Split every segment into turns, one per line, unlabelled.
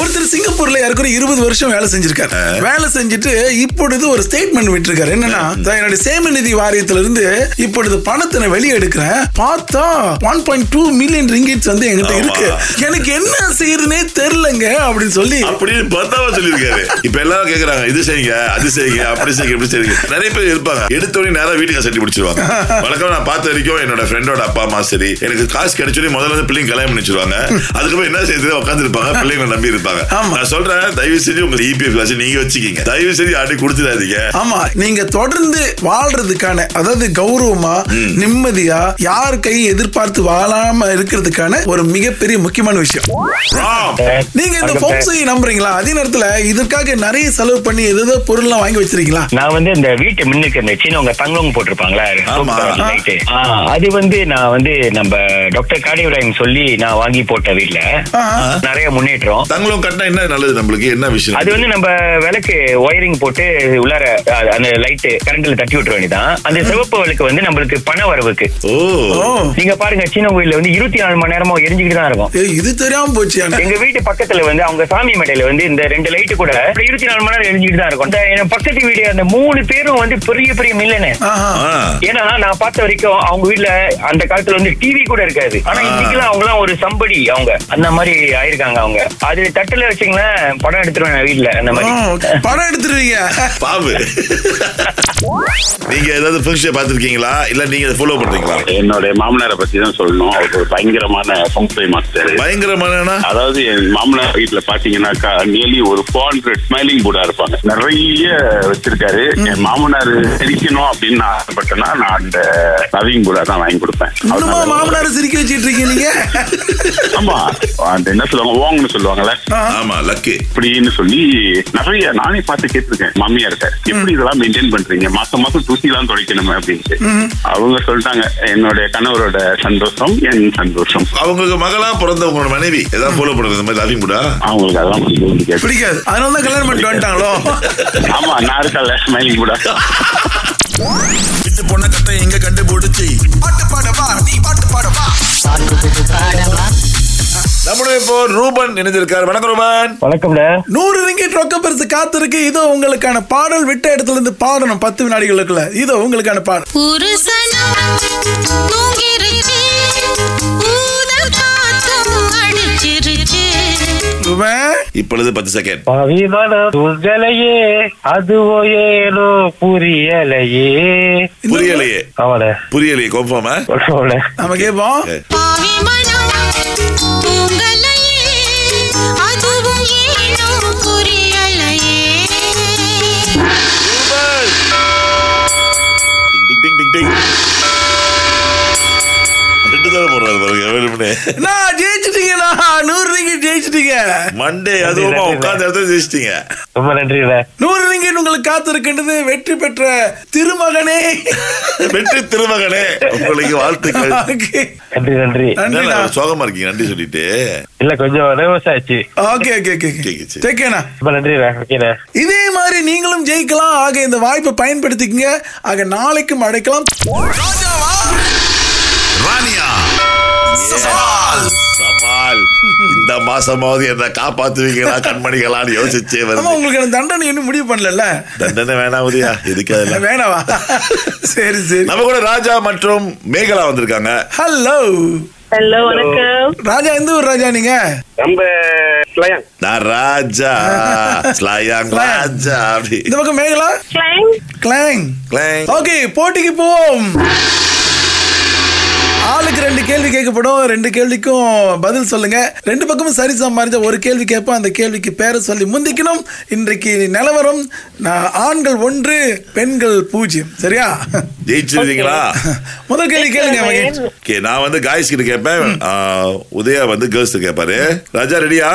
ஒருத்தர் சிங்கப்பூர்ல யாருக்கு ஒரு இருபது வருஷம் வேலை செஞ்சிருக்காரு வேலை செஞ்சுட்டு இப்பொழுது ஒரு ஸ்டேட்மெண்ட் விட்டுருக்காரு என்னன்னா "தா, என்னுடைய சேமநிதி வாரியத்துல இருந்து இப்பொழுது பணத்தை நான் வெளியே எடுக்கிறேன் பார்த்தா one point two million ringgits வந்து என்கிட்ட இருக்கு எனக்கு என்ன செய்யறதுனே தெரியலங்க அப்படின்னு சொல்லி
அப்படின்னு பத்தாவா சொல்லியிருக்காரு இப்ப எல்லாரும் கேக்குறாங்க இது செய்யுங்க அது செய்யுங்க அப்படி செய்யுங்க இப்படி செய்யுங்க நிறைய பேர் இருப்பாங்க எடுத்த உடனே நேரம் வீட்டுக்கு சட்டி பிடிச்சிருவாங்க வழக்கம் நான் பார்த்த வரைக்கும் என்னோட ஃப்ரெண்டோட அப்பா அம்மா சரி எனக்கு காசு கிடைச்சோடனே முதல்ல வந்து பிள்ளைங்க கல்யாணம் பண்ணிச்சிருவாங்க அதுக்கப்புறம் என்ன செய்யுது உட்காந்து இருப்பாங்க பிள்ளைங்களை நம்பி இருப்பாங்க
ஆமா.
நான் சொல்றேன் தயவு செஞ்சு உங்க E இபிஎஃப் காசு நீங்க வச்சுக்கீங்க தயவு செஞ்சு யார்ட்டையும் கொடுத்துடாதீங்க
ஆமா நீங்க தொடர்ந்து வாழ்றதுக்கான அதாவது கௌரவமா நிம்மதியா யார் கை எதிர்பார்த்து வாழாம இருக்கிறதுக்கான ஒரு மிகப்பெரிய முக்கியமான விஷயம்
ராம்.
நீங்க இந்த
வணக்கம் சார்.
போன்ஸையும் நம்புறீங்களா அதே நேரத்துல இதற்காக நிறைய செலவு பண்ணி எதோ பொருள்லாம் வாங்கி வச்சிருக்கீங்களா
நான் வந்து இந்த வீட்டு முன்னுக்கு இந்த சீனவங்க தங்கம் போட்டிருப்பாங்களே
ஆமா.
Super light. ஆ, அது வந்து நான் வந்து நம்ம டாக்டர் காடிவராயம் சொல்லி நான் வாங்கி போட்ட வீட்ல
ஆ.
நிறைய முன்னேற்றம்
தங்களும் கட்டினா என்ன நல்லது நம்மளுக்கு என்ன
அது
விஷயம்
வந்து நம்ம விளக்கு ஒயரிங் போட்டு உள்ளார அ, அந்த லைட் கரண்ட்ல தட்டி விட்டுற வேண்டியதான் அந்த சிவப்பு விளக்கு வந்து நம்மளுக்கு பண வரவுக்கு
ஓ
ஓ
நீங்க பாருங்க சீன கோயில்ல வந்து இருபத்தி நாலு மணி நேரமும் எரிஞ்சுக்கிட்டு தான் இருக்கும்
ஏய், இது தெரியாம போச்சு எனக்கு.
எங்க வீட்டு பக்கத்துல வந்து அவங்க சாமி மேடையில வந்து இந்த ரெண்டு லைட்டு கூட இருபத்தி நாலு மணி நேரம் எரிஞ்சுக்கிட்டு தான் இருக்கும் இந்த என் பக்கத்து வீடு அந்த மூணு பேரும் வந்து பெரிய பெரிய மில்லனு
ஆஹா.
ஆ.
ஏன்னா நான் பார்த்த வரைக்கும் அவங்க வீட்ல அந்த காலத்துல வந்து டிவி கூட இருக்காது ஆனா
ஆ.
இன்னைக்கெல்லாம் அவங்க எல்லாம் ஒரு சம்படி அவங்க அந்த மாதிரி ஆயிருக்காங்க அவங்க அது தட்டுல வச்சீங்களேன் படம் எடுத்துருவேன் நான் வீட்ல அந்த
ஆ,
மாதிரி
okay. படம் எடுத்துருவீங்க
பாவு நீங்க ஏதாவது ஃபிங்ஷியை பார்த்துருக்கீங்களா இல்ல நீங்க ஃபாலோ பண்றீங்களா
என்னுடைய மாமனாரை பத்தி தான் சொல்லணும் அவர் ஒரு பயங்கரமான ஃபங்க்ஷை மாஸ்டர்
பயங்கரமான
அதாவது என் மாமனார் வீட்டுல பாத்தீங்கன்னாக்கா நியர்லி ஒரு ஃபோர் ஹண்ட்ரட் ஸ்மைலிங் போர்டா இருப்பாங்க நிறைய வச்சிருக்காரு என் மாமனார் சிரிக்கணும் அப்படின்னு நான் ஆசைப்பட்டேன்னா நான் அந்த நவீன் போர்டா தான் வாங்கி கொடுப்பேன் அவர்
இன்னுமா
நல்ல-
மாமனார சிரிக்க வச்சிட்டு இருக்கீங்க நீங்க
ஆமா அந்த என்ன சொல்லுவாங்க ஓங்கன்னு சொல்லுவாங்கல்ல
ஆமா லக்கு
இப்படின்னு சொல்லி நிறைய நானே பார்த்து கேட்டிருக்கேன் மாமியா இருக்க எப்படி இதெல்லாம் மெயின்டைன் பண்றீங்க மாசம் மாசம் தூசி எல்லாம் துடைக்கணுமே அப்படின்ட்டு அவங்க சொல்லிட்டாங்க என்னுடைய கணவரோட சந்தோஷம் என் சந்தோஷம்
அவங்களுக்கு மகளா பிறந்த உங்களோட மனைவி ஏதாவது ஃபாலோ பண்றது இந்த மாதிரி லவ்விங் கூடா
அவங்களுக்கு அதெல்லாம் பிடிக்கும் பிடிக்காது.
பிடிக்காது அதனால தான் கல்யாணம் பண்ணிட்டு வந்துட்டாங்களோ
ஆமா நான் இருக்கல ஸ்மைலிங் கூட
விட்டு பொண்ண கட்ட எங்க கண்டுபிடிச்சி நம்மளும் இப்போ ரூபன் இணைஞ்சிருக்காரு வணக்கம் ரூபன்
வணக்கம்டா
நூறு ரிங்கிட் ரொக்க பெருசு காத்திருக்கு இதோ உங்களுக்கான பாடல் விட்ட இடத்துல இருந்து பாடணும் பத்து வினாடிகளுக்குள்ள இதோ உங்களுக்கான பாடல்
புருஷனும் தூங்கிருச்சு ஊதல் காத்தும் அடிச்சிருச்சு
ரூபன்,
இப்பொழுது பத்து செகண்ட்
பவிமன உங்களையே அதுவோ ஏனோ புரியலையே
புரியலையே
அவன
புரியலையே கோபமா
நம்ம கேட்போம்
Okay.
பாவி மனம் உங்களையே அதுவும் ஏனும் புரியலையே
டிங் டிங் டிங் டிங் டிங் ரெண்டு தடவை போடுறாரு பாருங்க வேணும்னே
நான் ஜெயிச்சிட்டீங்கண்ணா நூறு ரிங்கிட் ஜெயிச்சிட்டீங்க
மண்டே அதுவுமா உட்கார்ந்த இடத்துல ஜெயிச்சிட்டீங்க
ரொம்ப நன்றிடா
நூறு ரிங்கிட் உங்களுக்கு காத்திருக்கின்றது வெற்றி பெற்ற திருமகனே
வெற்றி திருமகனே உங்களுக்கு வாழ்த்துக்கள்
Okay.
நன்றி நன்றி
நன்றிண்ணா
என்னடா, சோகமா இருக்கீங்க நன்றி சொல்லிட்டு
இல்ல கொஞ்சம் நர்வஸ் ஆச்சு
ஓகே ஓகே ஓகே
கேக்குச்சு.
தேக்கேண்ணா
ரொம்ப நன்றிடா ஓகேண்ணா
இதே மாதிரி நீங்களும் ஜெயிக்கலாம் ஆக இந்த வாய்ப்பை பயன்படுத்திக்கங்க ஆக நாளைக்கும் அழைக்கலாம்
ராணியா சவால் சவால் இந்த மாசமாவது என்ன காப்பாத்துவீங்களா கண்மணிகளான்னு யோசிச்சே
ஆமா
வருது
உங்களுக்கு எனக்கு தண்டனை இன்னும் முடிவு பண்ணல
தண்டனை வேணாம் உதயா எதுக்கு அதெல்லாம்
வேணாவா சரி சரி
நம்ம கூட ராஜா மற்றும் மேகலா வந்திருக்காங்க
ஹலோ
ஹலோ வணக்கம்
ராஜா எந்த ஊர் ராஜா நீங்க
நம்ம ஸ்லயாங்
நான் ராஜா ஸ்லாயாங் ராஜா அப்படி
இந்த பக்கம் மேகலா
கிளைம்
கிளாங்
கிளாங்.
ஓகே போட்டிக்கு போவோம் ஆளுக்கு ரெண்டு கேள்வி கேட்கப்படும் ரெண்டு கேள்விக்கும் பதில் சொல்லுங்க ரெண்டு பக்கமும் சரி சம்பாதிச்ச ஒரு கேள்வி கேட்போம் அந்த கேள்விக்கு பேரை சொல்லி முந்திக்கணும் இன்றைக்கு நிலவரம் நான் ஆண்கள் ஒன்று பெண்கள் பூஜ்ஜியம் சரியா
ஜெயிச்சிருவீங்களா
முதல் கேள்வி கேளுங்க மகேஷ்
ஓகே நான் வந்து காய்ஸ் கிட்ட கேட்பேன் ஆ, உதயா வந்து கேர்ள்ஸ் கேட்பாரு ராஜா ரெடியா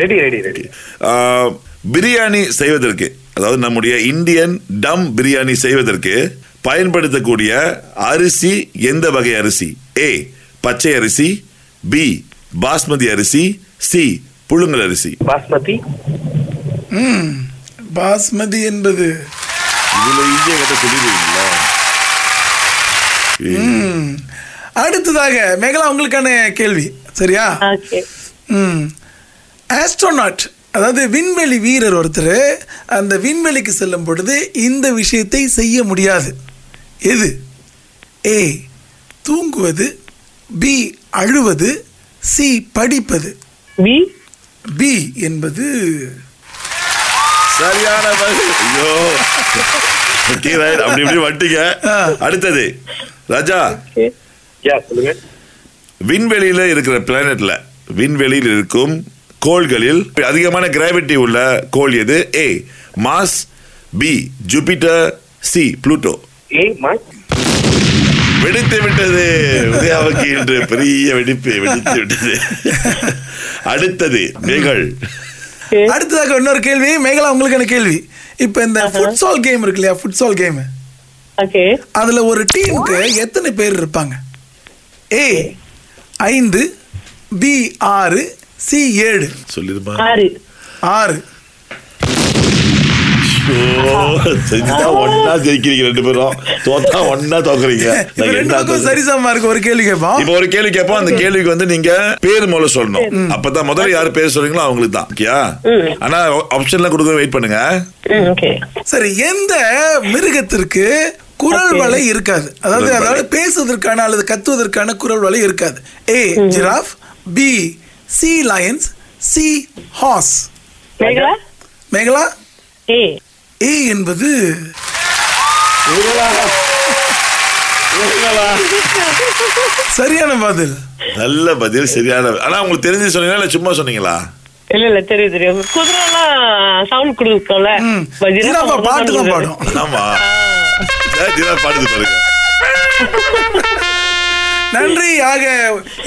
ரெடி ரெடி ரெடி
ஆ, பிரியாணி செய்வதற்கு அதாவது நம்முடைய இந்தியன் டம் பிரியாணி செய்வதற்கு பயன்படுத்தக்கூடிய அரிசி எந்த வகை அரிசி ஏ பச்சை அரிசி பி பாஸ்மதி அரிசி சி புழுங்கல் அரிசி
பாஸ்மதி
பாஸ்மதி என்பது
இதுல இந்திய கிட்ட சொல்லிடுவீங்களா
ம். அடுத்ததாக மேகலா உங்களுக்கான கேள்வி சரியா
ஓகே
ம் ஆஸ்ட்ரோநாட் அதாவது விண்வெளி வீரர் ஒருத்தர் அந்த விண்வெளிக்கு செல்லும் பொழுது இந்த விஷயத்தை செய்ய முடியாது எது ஏ தூங்குவது பி அழுவது சி படிப்பது
பி
பி என்பது
சரியான பதில். ஐயோ Okay, right. அப்படி இப்படி வந்துட்டீங்க அடுத்தது ராஜா
யா சொல்லுங்க
விண்வெளியில இருக்கிற பிளானட்ல விண்வெளியில் இருக்கும் கோள்களில் அதிகமான கிராவிட்டி உள்ள கோள் எது A Mars B Jupiter C Pluto
A மா
வெடித்து விட்டது உதயாவுக்கு இன்று பெரிய வெடிப்பு வெடித்து விட்டது அடுத்தது நீங்கள்
அடுத்ததாக இன்னொரு கேள்வி மேகலா உங்களுக்கான கேள்வி இப்போ இந்த ஃபுட்சால் கேம் இருக்கு இல்லையா ஃபுட்சால் கேம்
ஓகே
அதுல ஒரு டீமுக்கு எத்தனை பேர் இருப்பாங்க ஏ ஐந்து பி ஆறு சி ஏழு
சொல்லிருமா
ஆறு
ஆறு
செஞ்சா ஒன்னா ஜெயிக்கிறீங்க ரெண்டு பேரும் தோத்தா ஒன்னா தோக்குறீங்க
இது
நான்
ரெண்டு
என்ன
பக்கம்
சொல்றது?
சரிசமமா இருக்கு ஒரு கேள்வி கேட்போம்
இப்போ ஒரு கேள்வி கேட்போம் அந்த கேள்விக்கு வந்து நீங்க பேர் முதல்ல சொல்லணும் அப்பதான் முதல்ல யார் பேர் சொல்றீங்களோ அவங்களுக்கு தான் ஓகேயா ஆனா ஆப்ஷன்லாம் கொடுக்க வெயிட் பண்ணுங்க
ம் ஓகே
சரி எந்த மிருகத்திற்கு குரல் வலை இருக்காது அதாவது
குரல் வலை.
அதாவது பேசுவதற்கான அல்லது கத்துவதற்கான குரல் வலை இருக்காது A giraffe B C lions C horse
Mekala
Mekala
A
A என்பது சரியான பதில்
நல்ல பதில் சரியான பதில். ஆனா உங்களுக்கு தெரிஞ்சு சொன்னீங்களா இல்ல சும்மா சொன்னீங்களா
இல்ல இல்ல தெரியும் தெரியும் குதிரைலாம் சவுண்ட் கொடுக்கல
ம். ஜிராஃபா பாட்டு தான் பாடும்
ஆமா ஏன் இதெல்லாம் பாடுது பாருங்க
நன்றி ஆக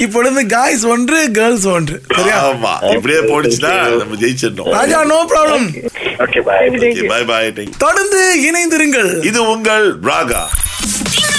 இப்பொழுது காய்ஸ் ஒன்று கேர்ள்ஸ் ஒன்று சரியா
ஆமா இப்படியே போடுச்சுன்னா நம்ம ஜெயிச்சிடணும்
Raja no problem
okay bye
bye bye
தொடர்ந்து இணைந்திருங்கள்
இது உங்கள் ராகா
திங்கள்